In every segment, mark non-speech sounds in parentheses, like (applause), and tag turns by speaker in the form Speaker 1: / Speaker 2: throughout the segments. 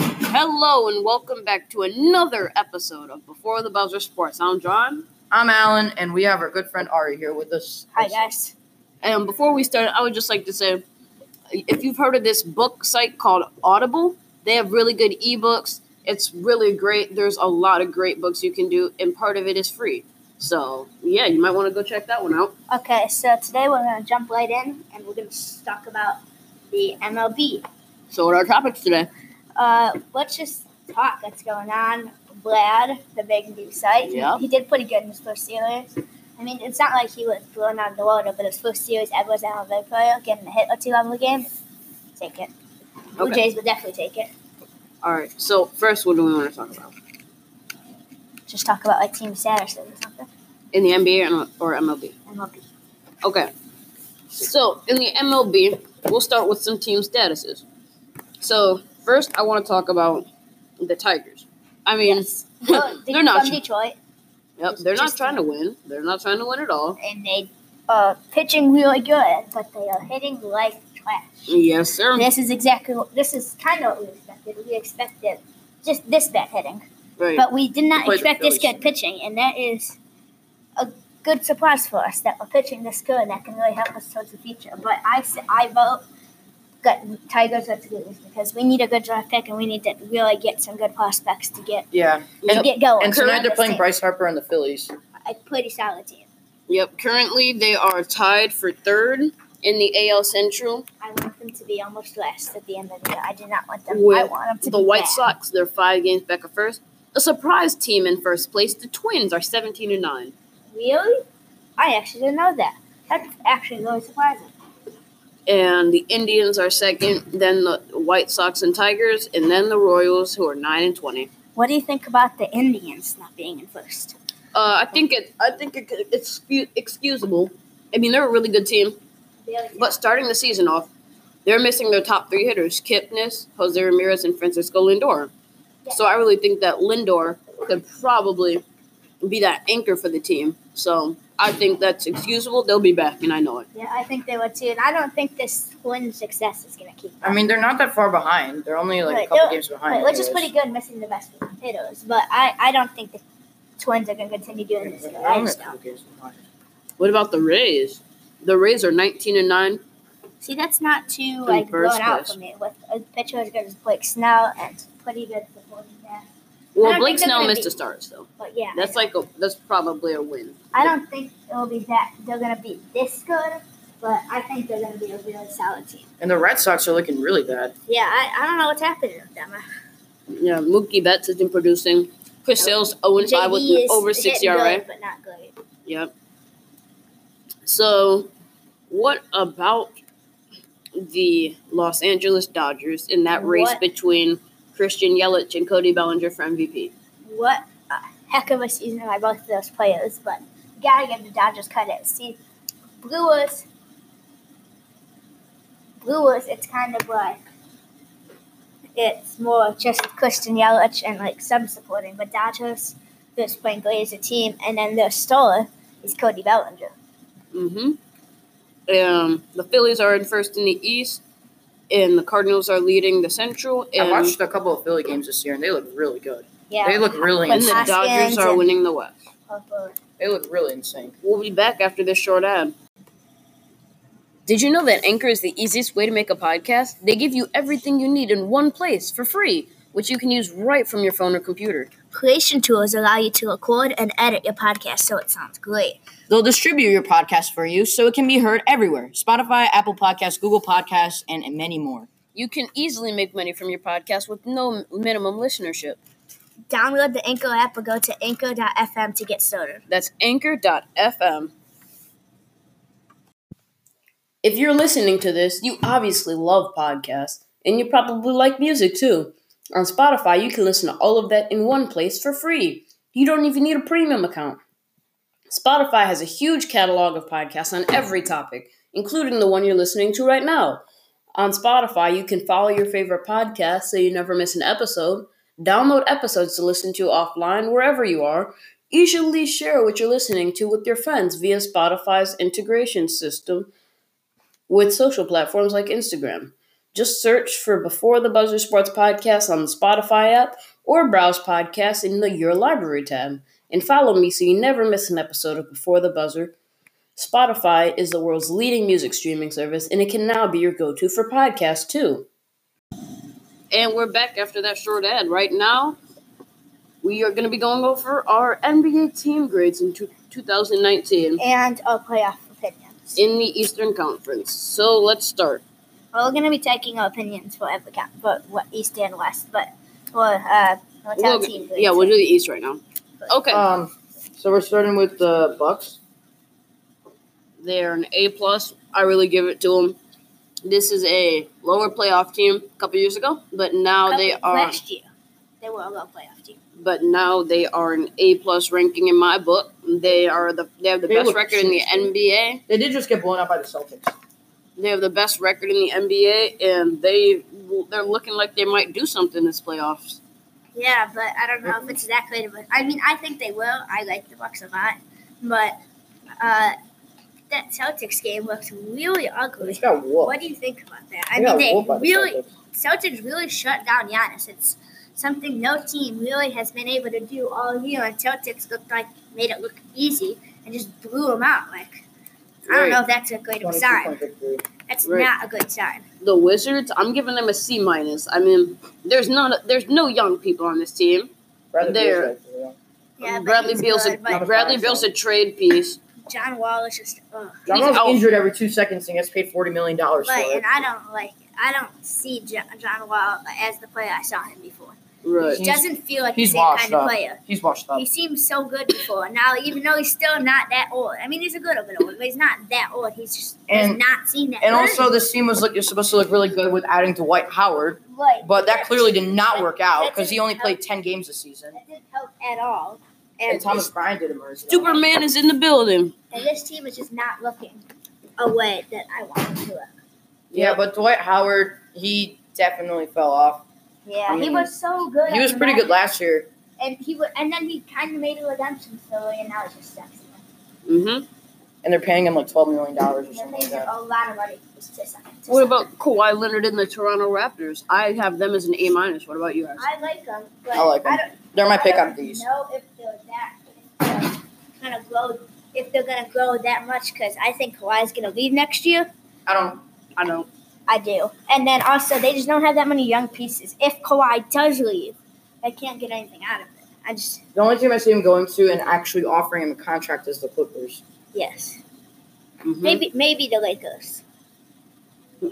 Speaker 1: Hello and welcome back to another episode of Before the Buzzer Sports. I'm John.
Speaker 2: I'm Alan, and we have our good friend Ari here with us.
Speaker 3: Hi guys.
Speaker 1: And before we start, I would just like to say if you've heard of this book site called Audible, they have really good ebooks. It's really great. There's a lot of great books you can do, and part of it is free. So, yeah, you might want to go check that one out.
Speaker 3: Okay, so today we're gonna jump right in and we're gonna s- talk about the MLB.
Speaker 1: So, what are our topics today?
Speaker 3: Uh, let's just talk what's going on. Vlad, the big new site,
Speaker 1: Yeah.
Speaker 3: he did pretty good in his first series. I mean, it's not like he was blown out of the water, but his first series, everyone's an MLB player getting a hit or two on the game. Take it. Blue
Speaker 1: Okay.
Speaker 3: Jays would definitely take it.
Speaker 1: All right. So, first, what do we want to talk about?
Speaker 3: Just talk about like team statuses or something.
Speaker 1: In the NBA and- or MLB?
Speaker 3: MLB.
Speaker 1: Okay. So in the MLB, we'll start with some team statuses. So first, I want to talk about the Tigers. I mean, (laughs)
Speaker 3: Well,
Speaker 1: They're not
Speaker 3: from
Speaker 1: cheap.
Speaker 3: Detroit,
Speaker 1: yep, they're not
Speaker 3: Just-
Speaker 1: trying to win. They're not trying to win at all.
Speaker 3: and they are pitching really good, but they are hitting like trash.
Speaker 1: Yes, sir.
Speaker 3: This is exactly what, this is kind of what we expected. We expected just this bad hitting,
Speaker 1: Right.
Speaker 3: but we did
Speaker 2: They
Speaker 3: not
Speaker 2: played the
Speaker 3: expect this
Speaker 2: Phillies.
Speaker 3: good pitching, and that is a good surprise for us that we're pitching this good and that can really help us towards the future. But I s- I vote got Tigers are to lose because we need a good draft pick and we need to really get some good prospects to get
Speaker 2: Yeah,
Speaker 3: to
Speaker 2: Yep.
Speaker 3: get going.
Speaker 2: and tonight they're playing
Speaker 3: This
Speaker 2: Bryce Harper and the Phillies.
Speaker 3: team- a pretty solid team.
Speaker 1: Yep. Currently, they are tied for third in the AL Central.
Speaker 3: I want them to be almost last at the end of the year. I do not want them. I
Speaker 1: With
Speaker 3: want them to
Speaker 1: The
Speaker 3: be
Speaker 1: White
Speaker 3: bad.
Speaker 1: Sox, they're five games back of first. A surprise team in first place. The Twins are seventeen and nine.
Speaker 3: Really? I actually didn't know that. That's actually really surprising.
Speaker 1: and the Indians are second, then the White Sox and Tigers, and then the Royals, who are nine and twenty.
Speaker 3: What do you think about the Indians not being in first?
Speaker 1: Uh, I think it. I think it, it's excu- excusable. I mean, they're a really good team, but starting the season off, they're missing their top three hitters: Kipnis, Jose Ramirez, and Francisco Lindor. So I really think that Lindor could probably be that anchor for the team. So I think that's excusable. They'll be back, and I know it.
Speaker 3: yeah, I think they would too, and I don't think this twin success is going to keep.
Speaker 2: I mean, they're not that far behind. They're only like a
Speaker 3: Right,
Speaker 2: couple
Speaker 3: they're-
Speaker 2: games behind.
Speaker 3: Wait, which is
Speaker 2: anyways.
Speaker 3: pretty good, missing the best hitters, but I, I don't think the Twins are going to continue doing this. Good.
Speaker 2: They're
Speaker 3: I
Speaker 2: only a
Speaker 3: just
Speaker 2: couple
Speaker 3: don't.
Speaker 2: games behind.
Speaker 1: What about the Rays? The Rays are nineteen and nine.
Speaker 3: See, that's not too
Speaker 1: In
Speaker 3: like blown
Speaker 1: first
Speaker 3: out
Speaker 1: place.
Speaker 3: for me with a pitcher as good as Blake Snell and pretty good performance there. I don't
Speaker 1: Well,
Speaker 3: think
Speaker 1: Blake
Speaker 3: they're
Speaker 1: Snell
Speaker 3: gonna
Speaker 1: missed
Speaker 3: be-
Speaker 1: a start, so.
Speaker 3: But yeah,
Speaker 1: That's like a that's probably a win.
Speaker 3: I don't think it'll be that they're gonna be this good, but I think they're gonna be a really solid team.
Speaker 2: And the Red Sox are looking really bad.
Speaker 3: Yeah, I, I don't know what's happening with them.
Speaker 1: Yeah, Mookie Betts has been producing. Chris Sale's 0 and 5 with
Speaker 3: JD is
Speaker 1: over 6
Speaker 3: hitting
Speaker 1: ERA.
Speaker 3: good, but not great.
Speaker 1: Yep. So, what about the Los Angeles Dodgers in that race
Speaker 3: What?
Speaker 1: between Christian Yelich and Cody Bellinger for MVP?
Speaker 3: What a heck of a season by both of those players, but you gotta give the Dodgers credit. See, Brewers, Brewers, it's kind of like it's more just Christian Yelich and like some supporting, but Dodgers they're just playing great as a team, and then their star is Cody Bellinger.
Speaker 1: Mm-hmm. Um, the Phillies are in first in the East, and the Cardinals are leading the Central.
Speaker 2: I
Speaker 1: And,
Speaker 2: watched a couple of Philly games this year, and they look really good.
Speaker 3: Yeah.
Speaker 2: They look really
Speaker 1: and
Speaker 3: When
Speaker 1: the
Speaker 2: insane.
Speaker 1: Dodgers
Speaker 3: Hoskins
Speaker 1: are
Speaker 3: and-
Speaker 1: winning the West.
Speaker 3: Harper.
Speaker 2: They look really insane.
Speaker 1: We'll be back after this short ad. Did you know that Anchor is the easiest way to make a podcast? They give you everything you need in one place for free, which you can use right from your phone or computer.
Speaker 3: Creation tools allow you to record and edit your podcast so it sounds great.
Speaker 4: They'll distribute your podcast for you so it can be heard everywhere Spotify, Apple Podcasts, Google Podcasts, and many more.
Speaker 1: You can easily make money from your podcast with no minimum listenership.
Speaker 3: Download the Anchor app or go to anchor.fm to get started.
Speaker 1: That's anchor.fm. If you're listening to this, you obviously love podcasts, and you probably like music too. On Spotify, you can listen to all of that in one place for free. You don't even need a premium account. Spotify has a huge catalog of podcasts on every topic, including the one you're listening to right now. On Spotify, you can follow your favorite podcast so you never miss an episode, download episodes to listen to offline wherever you are, easily share what you're listening to with your friends via Spotify's integration system with social platforms like Instagram. Just search for Before the Buzzer Sports Podcast on the Spotify app or browse podcasts in the Your Library tab. And follow me so you never miss an episode of Before the Buzzer. Spotify is the world's leading music streaming service, and it can now be your go to for podcasts, too. And we're back after that short ad. Right now, we are going to be going over our NBA team grades in two- 2019
Speaker 3: and our playoff opinions.
Speaker 1: in the Eastern Conference. So let's start.
Speaker 3: Well, we're gonna be taking our opinions for every count, but what East and West, but for uh, what's our
Speaker 1: We'll-
Speaker 3: team?
Speaker 1: yeah, we'll do the East right now. Okay,
Speaker 2: Um, so we're starting with the Bucks.
Speaker 1: they're an A plus. I really give it to them. This is a lower playoff team a couple years ago, but now they
Speaker 3: Couple-
Speaker 1: are
Speaker 3: last year. They were a low playoff team.
Speaker 1: but now they are an A plus ranking in my book. They are the they have the
Speaker 2: They
Speaker 1: best
Speaker 2: look
Speaker 1: record in the
Speaker 2: huge, dude.
Speaker 1: NBA.
Speaker 2: They did just get blown out by the Celtics.
Speaker 1: They have the best record in the NBA, and they they're looking like they might do something this playoffs.
Speaker 3: Yeah, but I don't know if it's exactly the. I mean, I think they will. I like the Bucks a lot, but uh, that Celtics game looks really
Speaker 2: They
Speaker 3: ugly.
Speaker 2: just got whooped.
Speaker 3: What do you think about that? I
Speaker 2: They got
Speaker 3: mean,
Speaker 2: whooped
Speaker 3: they
Speaker 2: by the
Speaker 3: really
Speaker 2: Celtics.
Speaker 3: Celtics really shut down Giannis. It's something no team really has been able to do all year, and Celtics looked like made it look easy and just blew them out. Like I don't
Speaker 1: Right.
Speaker 3: know if that's a good
Speaker 2: 22
Speaker 3: sign.
Speaker 2: point victory.
Speaker 3: That's
Speaker 1: Right.
Speaker 3: not a good sign.
Speaker 1: The Wizards, I'm giving them a C minus. I mean, there's not there's no young people on this team.
Speaker 2: Bradley
Speaker 1: There.
Speaker 2: Beal's like, you know.
Speaker 3: Yeah, but
Speaker 1: Bradley
Speaker 3: he's
Speaker 1: Beal's
Speaker 3: good,
Speaker 1: a
Speaker 3: but
Speaker 2: Not
Speaker 1: Bradley
Speaker 2: five,
Speaker 1: Beal's
Speaker 2: so.
Speaker 1: a trade piece.
Speaker 3: John Wall is just. Ugh.
Speaker 2: John
Speaker 1: He's
Speaker 2: Wall's
Speaker 1: out.
Speaker 2: injured every two seconds and gets paid forty million dollars for
Speaker 3: Right,
Speaker 2: it.
Speaker 3: and I don't like. I don't see John, John Wall as the player I saw him before.
Speaker 1: Right.
Speaker 3: He
Speaker 2: He's-
Speaker 3: doesn't feel like the
Speaker 2: he's
Speaker 3: same kind
Speaker 2: washed
Speaker 3: of
Speaker 2: up.
Speaker 3: player.
Speaker 2: He's washed up.
Speaker 3: He seemed so good before. Now, even though he's still not that old, I mean, he's a little bit old, but he's not that old. He's just has
Speaker 2: And-
Speaker 3: not seen that.
Speaker 2: And
Speaker 3: version.
Speaker 2: also, this team was look, you're supposed to look really good with adding Dwight Howard,
Speaker 3: right,
Speaker 2: but that clearly did not work out because he only
Speaker 3: That's-
Speaker 2: played ten games this season.
Speaker 3: that didn't help at all.
Speaker 2: And
Speaker 3: And,
Speaker 2: Thomas Bryant did emerge. you know.
Speaker 1: Superman is in the building.
Speaker 3: and this team is just not looking a way that I want them to look.
Speaker 2: Yeah, but Dwight Howard, he definitely fell off.
Speaker 3: Yeah,
Speaker 2: I
Speaker 3: he
Speaker 2: mean,
Speaker 3: was so good.
Speaker 2: He
Speaker 3: at
Speaker 2: was
Speaker 3: the
Speaker 2: pretty good
Speaker 3: back,
Speaker 2: last year.
Speaker 3: and he wa and then he kind of made a redemption story, and now it just sucks.
Speaker 1: Mm-hmm.
Speaker 2: And they're paying him like twelve million dollars or
Speaker 3: They're
Speaker 2: something like
Speaker 3: paying
Speaker 2: that.
Speaker 3: a lot of money to suck. to
Speaker 1: What
Speaker 3: suck.
Speaker 1: about Kawhi Leonard and the Toronto Raptors? I have them as an A minus. What about you guys?
Speaker 3: I like them, but
Speaker 2: I like 'em.
Speaker 3: don't,
Speaker 2: They're my
Speaker 3: I
Speaker 2: pick on
Speaker 3: don't
Speaker 2: these.
Speaker 3: know if they're that if they're gonna grow if they're gonna grow that much because I think Kawhi's gonna leave next year.
Speaker 2: I don't.
Speaker 1: I know.
Speaker 3: I do, and then also they just don't have that many young pieces. If Kawhi does leave, they can't get anything out of it. I just
Speaker 2: The only team I see him going to and actually offering him a contract is the Clippers.
Speaker 3: yes,
Speaker 1: Mhm.
Speaker 3: maybe maybe the Lakers.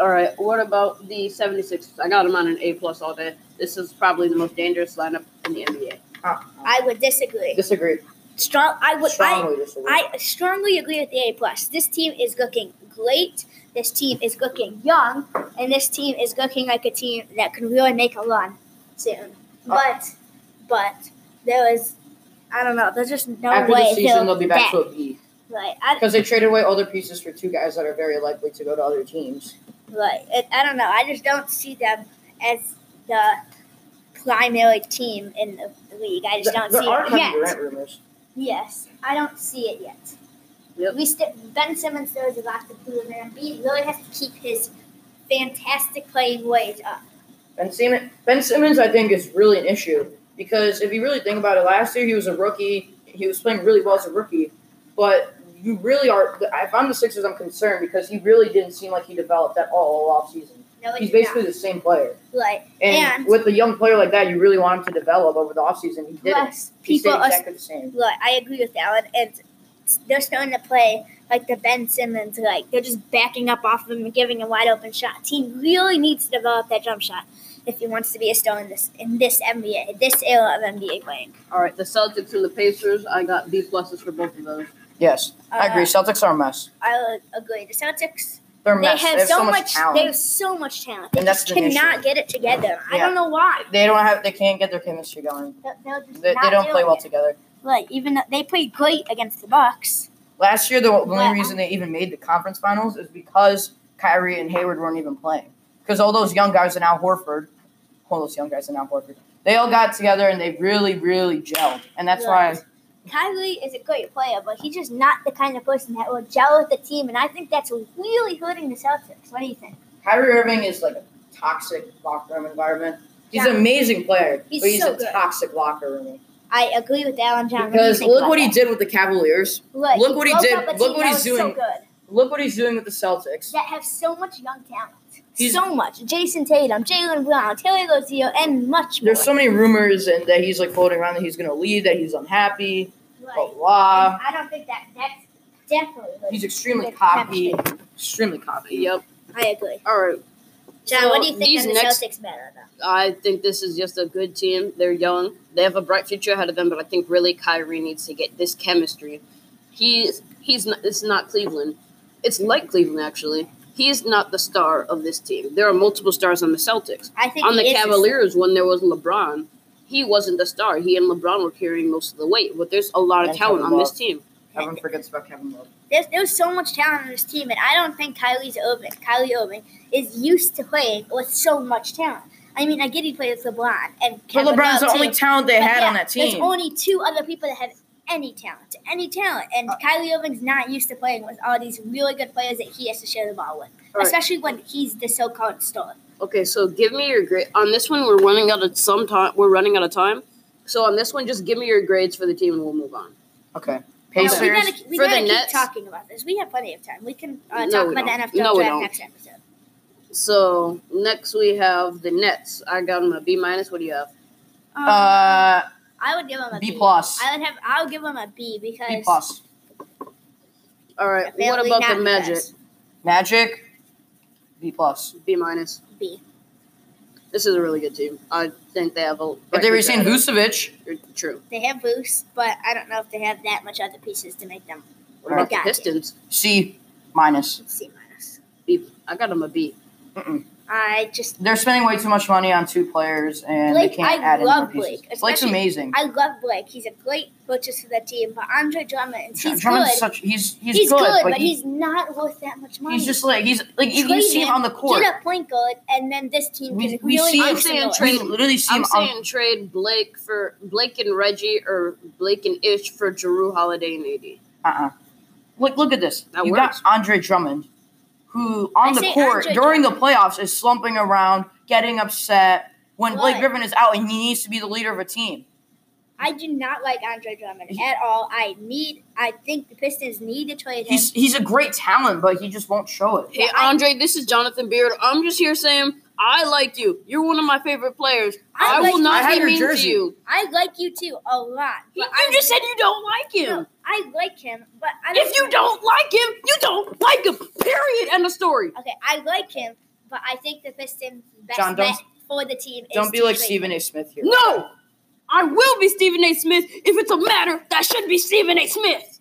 Speaker 1: All right. What about the 76ers? I got them on an A plus all day. This is probably the most dangerous lineup in the NBA.
Speaker 3: I would disagree.
Speaker 2: Disagree.
Speaker 3: Strong. I would. I,
Speaker 2: Strongly disagree.
Speaker 3: I strongly agree with the A plus. This team is looking great. This team is looking young, and this team is looking like a team that can really make a run
Speaker 2: Oh.
Speaker 3: soon. But, but there is, I don't know. There's just no
Speaker 2: After
Speaker 3: way
Speaker 2: the season, they'll be back to
Speaker 3: that-
Speaker 2: a B
Speaker 3: right. I,
Speaker 2: because they traded away all their pieces for two guys that are very likely to go to other teams.
Speaker 3: right. It, I don't know. I just don't see them as the primary team in the league. I just
Speaker 2: There
Speaker 3: don't
Speaker 2: there
Speaker 3: see
Speaker 2: are
Speaker 3: it
Speaker 2: Kevin
Speaker 3: yet.
Speaker 2: Durant rumors.
Speaker 3: Yes, I don't see it yet.
Speaker 1: Yep.
Speaker 3: We still Ben Simmons still has a lot to prove, and Embiid really has to keep his fantastic playing ways up.
Speaker 2: Ben Simmons, ben Simmons, I think, is really an issue because if you really think about it, last year he was a rookie. He was playing really well as a rookie, but you really are. If I'm the Sixers, I'm concerned because he really didn't seem like he developed at all all offseason.
Speaker 3: No, it's
Speaker 2: He's basically the same player,
Speaker 3: not. Like,
Speaker 2: and,
Speaker 3: And-
Speaker 2: with a young player like that, you really want him to develop over the offseason. He didn't.
Speaker 3: plus
Speaker 2: He
Speaker 3: people
Speaker 2: stayed
Speaker 3: are
Speaker 2: exactly the same.
Speaker 3: look. I agree with that, and, and they're starting to play like the Ben Simmons. Like they're just backing up off of him and giving him wide open shots. He really needs to develop that jump shot if he wants to be a star in this in this NBA, this era of NBA playing.
Speaker 1: All right. The Celtics and the Pacers. I got B pluses for both of those.
Speaker 2: Yes, I agree.
Speaker 3: Uh,
Speaker 2: Celtics are a mess.
Speaker 3: I agree. The Celtics
Speaker 2: They're a
Speaker 3: They
Speaker 2: mess.
Speaker 3: have, so, much.
Speaker 2: talent.
Speaker 3: They have so much talent. They
Speaker 2: And that's
Speaker 3: just
Speaker 2: the issue.
Speaker 3: cannot get it together. I
Speaker 2: Yeah.
Speaker 3: don't know why.
Speaker 2: They don't have. They can't get their chemistry going.
Speaker 3: They're- they're just
Speaker 2: They,
Speaker 3: not
Speaker 2: they don't play
Speaker 3: doing
Speaker 2: well
Speaker 3: it.
Speaker 2: together.
Speaker 3: Like even though they played great against the Bucks.
Speaker 2: Last year, the only
Speaker 3: But-
Speaker 2: reason they even made the conference finals is because Kyrie and Hayward weren't even playing. Because all those young guys are now Horford. All those young guys are now Horford. They all got together and they really, really gelled, and that's why.
Speaker 3: Kyrie is a great player, but he's just not the kind of person that will gel with the team, and I think that's really hurting the Celtics. What do you think?
Speaker 2: Kyrie Irving is like a toxic locker room environment. He's
Speaker 3: Yeah.
Speaker 2: an amazing player,
Speaker 3: He's
Speaker 2: but he's
Speaker 3: so
Speaker 2: a
Speaker 3: good.
Speaker 2: toxic locker room.
Speaker 3: I agree with Alan John. do you
Speaker 2: Because
Speaker 3: think
Speaker 2: look
Speaker 3: about
Speaker 2: what he
Speaker 3: that?
Speaker 2: did with the Cavaliers.
Speaker 3: Look,
Speaker 2: look what he
Speaker 3: broke
Speaker 2: did.
Speaker 3: up a
Speaker 2: Look
Speaker 3: team
Speaker 2: what
Speaker 3: that
Speaker 2: he's
Speaker 3: was So
Speaker 2: doing.
Speaker 3: good.
Speaker 2: Look what he's doing with the Celtics.
Speaker 3: That have so much young talent.
Speaker 2: He's-
Speaker 3: so much. Jason Tatum, Jalen Brown, Taylor Rozier, and much more.
Speaker 2: There's so many rumors and that he's like floating around that he's going to leave, that he's unhappy,
Speaker 3: Like,
Speaker 2: blah blah.
Speaker 3: Um, I don't think that that's definitely. what
Speaker 2: He's extremely
Speaker 3: Good
Speaker 2: cocky, extremely cocky.
Speaker 1: Yep.
Speaker 3: I agree.
Speaker 1: All right.
Speaker 3: John,
Speaker 1: So
Speaker 3: what do you think
Speaker 1: these
Speaker 3: of the
Speaker 1: next-
Speaker 3: Celtics matter though?
Speaker 1: I think this is just a good team. They're young. They have a bright future ahead of them, but I think really Kyrie needs to get this chemistry. He's he's not it's not Cleveland. It's like Cleveland actually. He is not the star of this team. There are multiple stars on the Celtics.
Speaker 3: I think
Speaker 1: On the
Speaker 3: he is
Speaker 1: Cavaliers when there was LeBron, he wasn't the star. He and LeBron were carrying most of the weight, but there's a lot of
Speaker 2: And
Speaker 1: talent
Speaker 2: Kevin
Speaker 1: on this
Speaker 2: Love.
Speaker 1: team.
Speaker 2: Everyone forgets about Kevin Love.
Speaker 3: There's, there's so much talent on this team, and I don't think Kylie's Irving, Kylie Irving is used to playing with so much talent. I mean, I get he played with LeBron and
Speaker 2: But
Speaker 3: Kevin
Speaker 2: LeBron's the
Speaker 3: Love,
Speaker 2: only
Speaker 3: too,
Speaker 2: talent they
Speaker 3: but
Speaker 2: had
Speaker 3: yeah,
Speaker 2: on that
Speaker 3: There's
Speaker 2: team.
Speaker 3: only two other people that have any talent, any talent, and
Speaker 2: Uh,
Speaker 3: Kylie Irving's not used to playing with all these really good players that he has to share the ball with,
Speaker 1: right.
Speaker 3: especially when he's the so-called star.
Speaker 1: Okay, so give me your grade on this one. We're running out of some time. We're running out of time. So on this one, just give me your grades for the team, and we'll move on.
Speaker 2: okay.
Speaker 3: No,
Speaker 2: Pacers.
Speaker 3: we gotta, we
Speaker 1: For the
Speaker 3: gotta keep
Speaker 1: Nets-
Speaker 3: talking about this. We have plenty of time. We can uh,
Speaker 1: No,
Speaker 3: talk
Speaker 1: we
Speaker 3: about
Speaker 1: don't.
Speaker 3: the NFL
Speaker 1: No, we
Speaker 3: draft
Speaker 1: don't.
Speaker 3: next episode.
Speaker 1: So next we have the Nets. I got them a B minus. What do you have?
Speaker 2: uh,
Speaker 3: Um, I would give him a
Speaker 4: B plus.
Speaker 3: I would have. I would give him a B because
Speaker 4: B plus.
Speaker 1: All right.
Speaker 3: Apparently
Speaker 1: what about
Speaker 3: not
Speaker 1: the
Speaker 3: the
Speaker 1: Magic?
Speaker 3: best.
Speaker 4: Magic. B plus.
Speaker 1: B minus.
Speaker 3: B.
Speaker 1: This is a really good team. I think they have a.
Speaker 4: If they retain Vucevic,
Speaker 1: True.
Speaker 3: They have boosts, but I don't know if they have that much other pieces to make them
Speaker 1: What about the
Speaker 3: Gotcha.
Speaker 1: Pistons?
Speaker 4: C minus.
Speaker 3: C minus.
Speaker 1: B. I got them a B.
Speaker 4: Mm-mm.
Speaker 3: I just
Speaker 4: They're spending way too much money on two players, and
Speaker 3: Blake,
Speaker 4: they can't
Speaker 3: I
Speaker 4: add any more
Speaker 3: love
Speaker 4: pieces.
Speaker 3: Blake,
Speaker 4: Blake's
Speaker 3: especially-
Speaker 4: amazing.
Speaker 3: I love Blake. He's a great purchase for that team, but Andre Drummond,
Speaker 4: Dr-
Speaker 3: he's
Speaker 4: Drummond's
Speaker 3: good.
Speaker 4: Such, he's, he's,
Speaker 3: He's,
Speaker 4: good,
Speaker 3: but,
Speaker 4: but he-
Speaker 3: he's not worth that much money.
Speaker 4: he's just like he's like if you
Speaker 3: Trade
Speaker 4: see him on the court.
Speaker 3: Get a point guard, and then this team
Speaker 4: We,
Speaker 3: can
Speaker 4: we
Speaker 3: really
Speaker 4: see him.
Speaker 1: I'm
Speaker 3: make some
Speaker 1: saying
Speaker 3: noise.
Speaker 1: trade-
Speaker 4: we literally see
Speaker 1: I'm
Speaker 4: him on
Speaker 1: saying trade Blake for Blake and Reggie or Blake and Ish for Drew Holiday and AD.
Speaker 4: Uh-uh. Look, look at this.
Speaker 1: That
Speaker 4: you
Speaker 1: works.
Speaker 4: got Andre Drummond, who on
Speaker 3: I
Speaker 4: the
Speaker 3: say
Speaker 4: court
Speaker 3: Andre
Speaker 4: during the playoffs is slumping around, getting upset when Blake
Speaker 3: Why?
Speaker 4: Griffin is out and he needs to be the leader of a team.
Speaker 3: I do not like Andre Drummond at all. I need. I think the Pistons need to trade him.
Speaker 4: He's he's a great talent, but he just won't show it.
Speaker 1: Hey,
Speaker 3: Yeah, I-
Speaker 1: Andre, this is Jonathan Beard. I'm just here saying I like you. You're one of my favorite players.
Speaker 3: I
Speaker 1: I,
Speaker 3: like
Speaker 1: will not
Speaker 4: you. I have
Speaker 1: be
Speaker 4: your
Speaker 1: mean to
Speaker 4: jersey.
Speaker 1: you.
Speaker 3: I like you too a lot.
Speaker 1: You
Speaker 3: But I
Speaker 1: just said you don't like
Speaker 3: No,
Speaker 1: him.
Speaker 3: I like him, but I don't
Speaker 1: If you don't like him, you don't like him. Period. End of story.
Speaker 3: Okay, I like him, but I think the Pistons' best
Speaker 4: John, don't-
Speaker 3: bet for the team is
Speaker 4: Don't be
Speaker 3: to
Speaker 4: like
Speaker 3: trade
Speaker 4: Stephen
Speaker 3: him.
Speaker 4: A. Smith here.
Speaker 1: No, I will be Stephen A. Smith if it's a matter that should be Stephen A. Smith.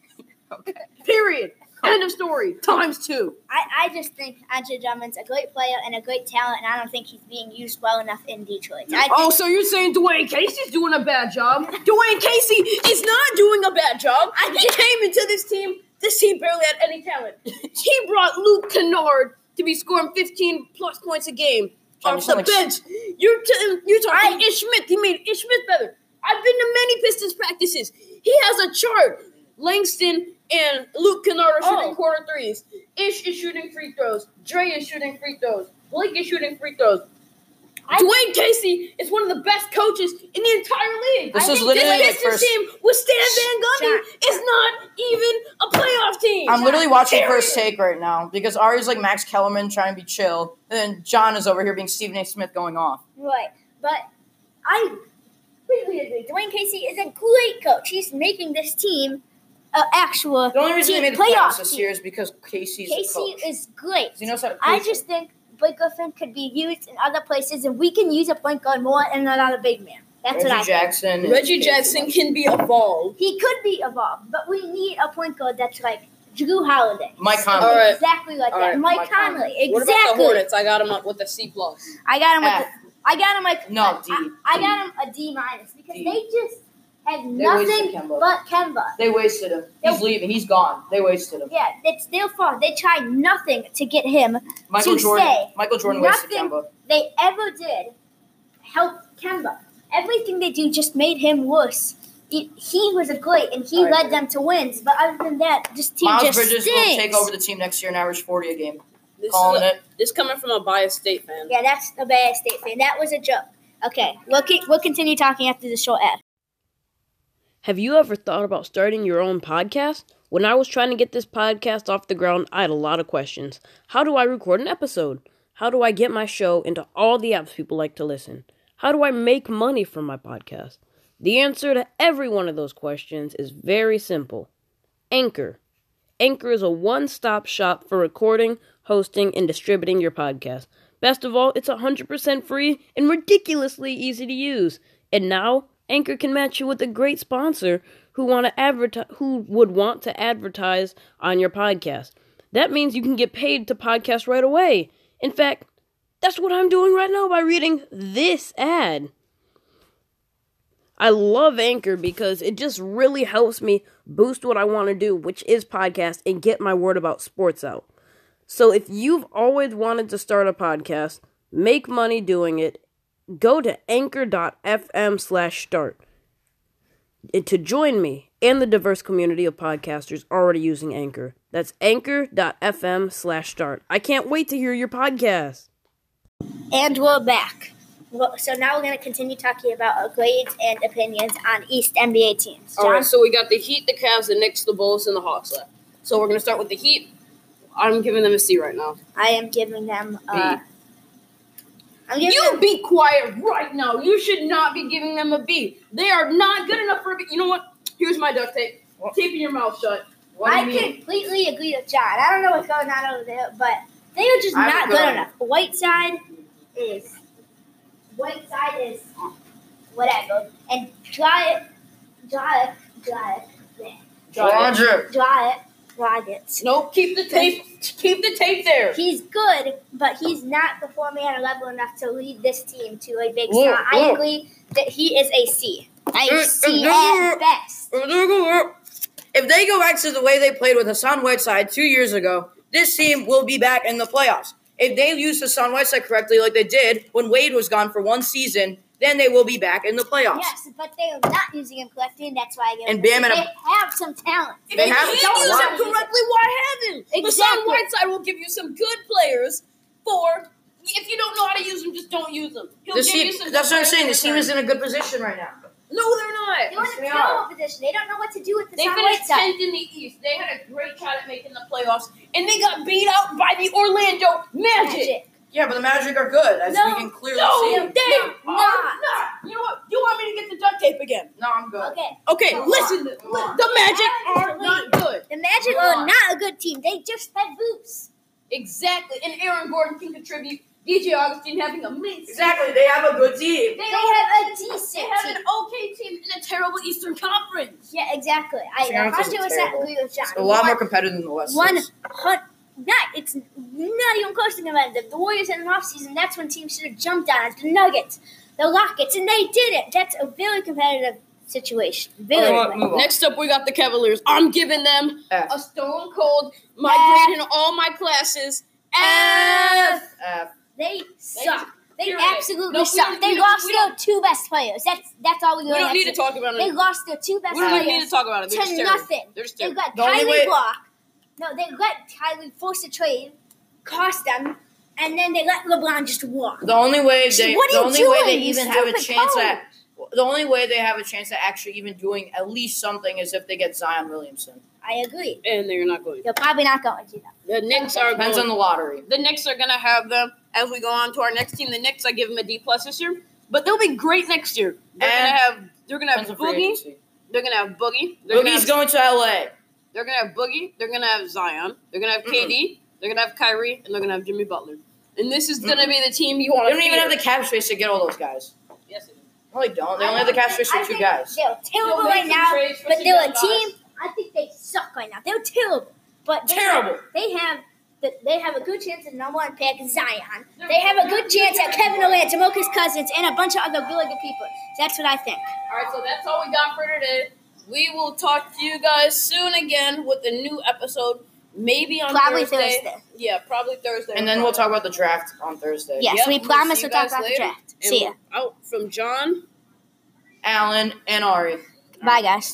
Speaker 4: Okay.
Speaker 1: Period. End of story. Times two.
Speaker 3: I, I just think Andre Drummond's a great player and a great talent, and I don't think he's being used well enough in Detroit. I think
Speaker 1: Oh, so you're saying Dwayne Casey's doing a bad job? Dwayne Casey is not doing a bad job. He came into this team. This team barely had any talent. He brought Luke Kennard to be scoring 15 plus points a game off
Speaker 3: Oh,
Speaker 4: Almost
Speaker 1: the
Speaker 4: like-
Speaker 1: bench. You're t- you're talking Ish Smith. He made Ish Smith better. I've been to many Pistons practices. He has a chart. Langston and Luke Kennard are shooting
Speaker 3: Oh.
Speaker 1: quarter threes. Ish is shooting free throws. Dre is shooting free throws. Blake is shooting free throws.
Speaker 3: I-
Speaker 1: Dwayne Casey is one of the best coaches in the entire league.
Speaker 4: This
Speaker 3: I
Speaker 4: is
Speaker 3: think
Speaker 4: literally
Speaker 1: this
Speaker 4: like
Speaker 1: Pistons
Speaker 4: first.
Speaker 1: team with Stan Van Gundy
Speaker 3: Shaq.
Speaker 1: is not even a playoff team.
Speaker 4: I'm literally watching
Speaker 1: Period.
Speaker 4: first take right now because Ari's like Max Kellerman trying to be chill, and then John is over here being Stephen A. Smith going off.
Speaker 3: right, but I completely agree. Dwayne Casey is a great coach. He's making this team an actual
Speaker 4: The only reason
Speaker 3: team,
Speaker 4: he made the
Speaker 3: playoff
Speaker 4: playoffs this
Speaker 3: team.
Speaker 4: year is because Casey's the
Speaker 3: Casey
Speaker 4: coach.
Speaker 3: is great.
Speaker 4: He knows how to
Speaker 3: I
Speaker 4: coach.
Speaker 3: just think Blake Griffin could be used in other places, and we can use a point guard more and another big man. That's
Speaker 4: Reggie
Speaker 3: what I think.
Speaker 4: Jackson. and
Speaker 1: Reggie
Speaker 4: Casey
Speaker 1: Jackson
Speaker 4: Johnson.
Speaker 1: can be evolved.
Speaker 3: He could be evolved, but we need a point guard that's like Drew Holiday.
Speaker 4: Mike Conley.
Speaker 1: All right.
Speaker 3: Exactly like
Speaker 1: All
Speaker 3: that.
Speaker 1: right,
Speaker 3: Mike,
Speaker 4: Mike
Speaker 3: Conley.
Speaker 4: Conley.
Speaker 3: Exactly.
Speaker 1: What about the Hornets? I got him up with a C plus.
Speaker 3: I got him. With
Speaker 4: F.
Speaker 3: the- I got him like
Speaker 4: Ah. No, D.
Speaker 3: I, I got him a D minus because
Speaker 4: D.
Speaker 3: they just had
Speaker 4: They wasted
Speaker 3: nothing
Speaker 4: Kemba.
Speaker 3: but Kemba.
Speaker 4: They wasted him. He's leaving. He's gone. They wasted him.
Speaker 3: Yeah, it's their fault. They tried nothing to get him.
Speaker 4: Michael
Speaker 3: To
Speaker 4: Jordan.
Speaker 3: say
Speaker 4: Michael Jordan wasted
Speaker 3: nothing-
Speaker 4: Kemba.
Speaker 3: They ever did help Kemba. Everything they do just made him worse. He, he was a great, and he
Speaker 4: All right.
Speaker 3: led them to wins. But other than that, this team
Speaker 4: Miles
Speaker 3: just
Speaker 4: Bridges will
Speaker 3: stinks.
Speaker 4: take over the team next year and average forty a game.
Speaker 1: This
Speaker 4: Calling
Speaker 1: is a,
Speaker 4: it.
Speaker 1: This coming from a biased state fan.
Speaker 3: Yeah, that's a bad statement. That was a joke. Okay, we'll keep, we'll continue talking after the short ad.
Speaker 1: Have you ever thought about starting your own podcast? When I was trying to get this podcast off the ground, I had a lot of questions. How do I record an episode? How do I get my show into all the apps people like to listen? How do I make money from my podcast? The answer to every one of those questions is very simple Anchor. Anchor is a one stop shop for recording, hosting, and distributing your podcast. Best of all, it's 100% free and ridiculously easy to use. And now, Anchor can match you with a great sponsor who want to advertise who would want to advertise on your podcast. That means you can get paid to podcast right away. In fact, that's what I'm doing right now by reading this ad. I love Anchor because it just really helps me boost what I want to do, which is podcast and get my word about sports out. So if you've always wanted to start a podcast, make money doing it, go to anchor.fm slash start and to join me and the diverse community of podcasters already using Anchor. That's anchor.fm slash start. I can't wait to hear your podcast.
Speaker 3: And we're back. Well, So now we're going to continue talking about our grades and opinions on East NBA teams.
Speaker 1: All right,
Speaker 3: John?
Speaker 1: so we got the Heat, the Cavs, the Knicks, the Bulls, and the Hawks left. So we're going to start with the Heat. I'm giving them a C right now.
Speaker 3: I am giving them. Uh, I'm giving
Speaker 1: You
Speaker 3: them.
Speaker 1: be quiet right now. You should not be giving them a B. They are not good enough for a B. You know what? Here's my duct tape.
Speaker 2: What?
Speaker 1: Keeping your mouth shut.
Speaker 2: What do
Speaker 3: I
Speaker 2: you mean?
Speaker 3: completely agree with John. I don't know what's going on over there, but they are just
Speaker 2: I
Speaker 3: not
Speaker 2: would go-
Speaker 3: good enough. Whiteside is Whiteside is whatever, and Dry Dry Dry
Speaker 1: Got it.
Speaker 2: Roger.
Speaker 3: Dry Rockets.
Speaker 1: No, keep the tape. Keep the tape there.
Speaker 3: He's good, but he's not performing at a level enough to lead this team to a big
Speaker 2: Look,
Speaker 3: star. I
Speaker 2: look.
Speaker 3: agree that he is a C. I
Speaker 2: Uh, uh,
Speaker 3: C
Speaker 2: no,
Speaker 3: at
Speaker 2: no, no.
Speaker 3: best.
Speaker 2: If they go back to the way they played with Hassan Whiteside two years ago, this team will be back in the playoffs. If they use Hassan Whiteside correctly, like they did when Wade was gone for one season, then they will be back in the playoffs.
Speaker 3: Yes, but they are not using him correctly, and that's why I give
Speaker 2: And
Speaker 3: him this.
Speaker 2: Bam and
Speaker 3: they
Speaker 2: a-
Speaker 3: have some talent.
Speaker 1: If
Speaker 2: They
Speaker 1: you
Speaker 2: have-
Speaker 1: can't use
Speaker 3: Why?
Speaker 1: him correctly, why haven't? Exactly.
Speaker 3: Exactly.
Speaker 1: Hassan Whiteside will give you some good players for. If you don't know how to use them, just don't use them. He'll
Speaker 2: This
Speaker 1: give
Speaker 2: team,
Speaker 1: you some
Speaker 2: that's
Speaker 1: good
Speaker 2: what I'm
Speaker 1: players
Speaker 2: saying.
Speaker 1: in
Speaker 2: This team
Speaker 1: return.
Speaker 2: is in a good position right now.
Speaker 1: No, they're not.
Speaker 3: They were in a
Speaker 2: They
Speaker 3: terrible position. They don't know what to do with the
Speaker 1: They
Speaker 3: Sun
Speaker 1: finished
Speaker 3: Whiteside.
Speaker 1: tenth in the East. They had a great shot at making the playoffs, and they got beat out by the Orlando Magic.
Speaker 3: Magic.
Speaker 2: Yeah, but the Magic are good, as
Speaker 3: No,
Speaker 2: we can clearly
Speaker 1: No,
Speaker 2: see.
Speaker 1: they
Speaker 3: No,
Speaker 1: are
Speaker 3: no.
Speaker 1: not. You know what? You want me to get the duct tape again?
Speaker 2: No, I'm good.
Speaker 3: Okay.
Speaker 1: Okay,
Speaker 3: Come on,
Speaker 1: listen.
Speaker 2: come on.
Speaker 1: The Magic are not good.
Speaker 3: The Magic are not a good team. They just had boots.
Speaker 1: Exactly, and Aaron Gordon can contribute. DJ Augustine having a mid.
Speaker 2: Exactly, they have a good
Speaker 1: They,
Speaker 2: team.
Speaker 3: They
Speaker 1: don't-
Speaker 3: have a
Speaker 1: they
Speaker 3: decent
Speaker 1: have
Speaker 3: team.
Speaker 1: an okay team in a terrible Eastern Conference.
Speaker 3: Yeah, exactly. I
Speaker 2: Seattle's
Speaker 3: 100 percent
Speaker 2: terrible.
Speaker 3: agree with John.
Speaker 2: A lot more competitive than the West.
Speaker 3: One
Speaker 2: is.
Speaker 3: hundred. Not it's not even close to competitive. The Warriors had an offseason. That's when teams should have jumped on it. The Nuggets, the Rockets, and they did it. That's a very competitive situation. Very.
Speaker 2: Okay,
Speaker 3: competitive.
Speaker 2: move on.
Speaker 1: Next up, we got the Cavaliers. I'm giving them
Speaker 2: F.
Speaker 1: a stone cold. My
Speaker 3: F.
Speaker 1: grade in all my classes. F.
Speaker 2: F.
Speaker 3: They suck. They
Speaker 1: Period.
Speaker 3: absolutely
Speaker 1: No, we
Speaker 3: suck.
Speaker 1: don't-
Speaker 3: They
Speaker 1: we don't-
Speaker 3: lost
Speaker 1: we
Speaker 3: their two best players. That's that's all we,
Speaker 1: We don't need to talk about
Speaker 3: They
Speaker 1: it.
Speaker 3: lost their two best
Speaker 1: We don't even need
Speaker 3: players
Speaker 1: to talk about it. They're just
Speaker 3: to
Speaker 1: terrible.
Speaker 3: nothing.
Speaker 1: They're just
Speaker 3: They
Speaker 1: terrible.
Speaker 3: got
Speaker 2: The only
Speaker 3: Kylie
Speaker 2: way-
Speaker 3: Block. No, they let Kylie force a trade, cost them, and then they let LeBron just walk.
Speaker 2: The only way
Speaker 3: Shit,
Speaker 2: they,
Speaker 3: what are
Speaker 2: the
Speaker 3: you
Speaker 2: only way
Speaker 3: doing,
Speaker 2: they
Speaker 3: you
Speaker 2: even have a
Speaker 3: stupid
Speaker 2: chance
Speaker 3: coach?
Speaker 2: at, the only way they have a chance at actually even doing at least something is if they get Zion Williamson.
Speaker 3: I agree.
Speaker 1: And they're not going.
Speaker 3: They're probably not going to though.
Speaker 1: The Knicks are
Speaker 2: Depends on
Speaker 1: going.
Speaker 2: the lottery.
Speaker 1: The Knicks are going to have them as we go on to our next team. The Knicks, I give them a D plus this year, but they'll be great next year. They're going to
Speaker 2: And-
Speaker 1: have. They're going to
Speaker 2: Depends
Speaker 1: have
Speaker 2: on free
Speaker 1: Boogie.
Speaker 2: agency.
Speaker 1: They're going to have Boogie. They're going to
Speaker 2: Boogie's
Speaker 1: have.
Speaker 2: going to LA.
Speaker 1: They're going to have Boogie. They're going to have Zion. They're going to have
Speaker 2: Mm-mm.
Speaker 1: KD. They're going to have Kyrie, and they're going to have Jimmy Butler. And this is going to be the team you want
Speaker 2: They
Speaker 1: to.
Speaker 2: don't even have the cap space to get all those guys.
Speaker 1: Yes, it is.
Speaker 2: No, they don't. They
Speaker 3: I
Speaker 2: only have the cap
Speaker 3: think-
Speaker 2: space
Speaker 3: I
Speaker 2: for two
Speaker 3: think
Speaker 2: guys.
Speaker 3: They're terrible
Speaker 1: They'll make
Speaker 3: right
Speaker 1: some
Speaker 3: now,
Speaker 1: trades for
Speaker 3: but they're a
Speaker 1: Seagal
Speaker 3: team. I think they suck right now. They're terrible, but they
Speaker 2: Terrible.
Speaker 3: They have the, they have a good chance at number one pick Zion.
Speaker 1: No,
Speaker 3: They have a
Speaker 1: no,
Speaker 3: good
Speaker 1: no,
Speaker 3: chance
Speaker 1: no,
Speaker 3: at
Speaker 1: no.
Speaker 3: Kevin Durant, Demarcus Cousins, and a bunch of other really good people. That's what I think.
Speaker 1: All right, so that's all we got for today. We will talk to you guys soon again with a new episode, maybe on
Speaker 3: Probably
Speaker 1: Thursday.
Speaker 3: Thursday.
Speaker 1: Yeah, probably Thursday.
Speaker 2: And then we'll talk about the draft on Thursday.
Speaker 3: Yes,
Speaker 1: Yep,
Speaker 3: we
Speaker 1: we'll
Speaker 3: promise
Speaker 1: see
Speaker 3: we'll
Speaker 1: you guys
Speaker 3: talk about the
Speaker 1: later.
Speaker 3: draft.
Speaker 1: And
Speaker 3: See ya.
Speaker 1: we're Out from John.
Speaker 2: Allen and Ari.
Speaker 3: Bye, guys.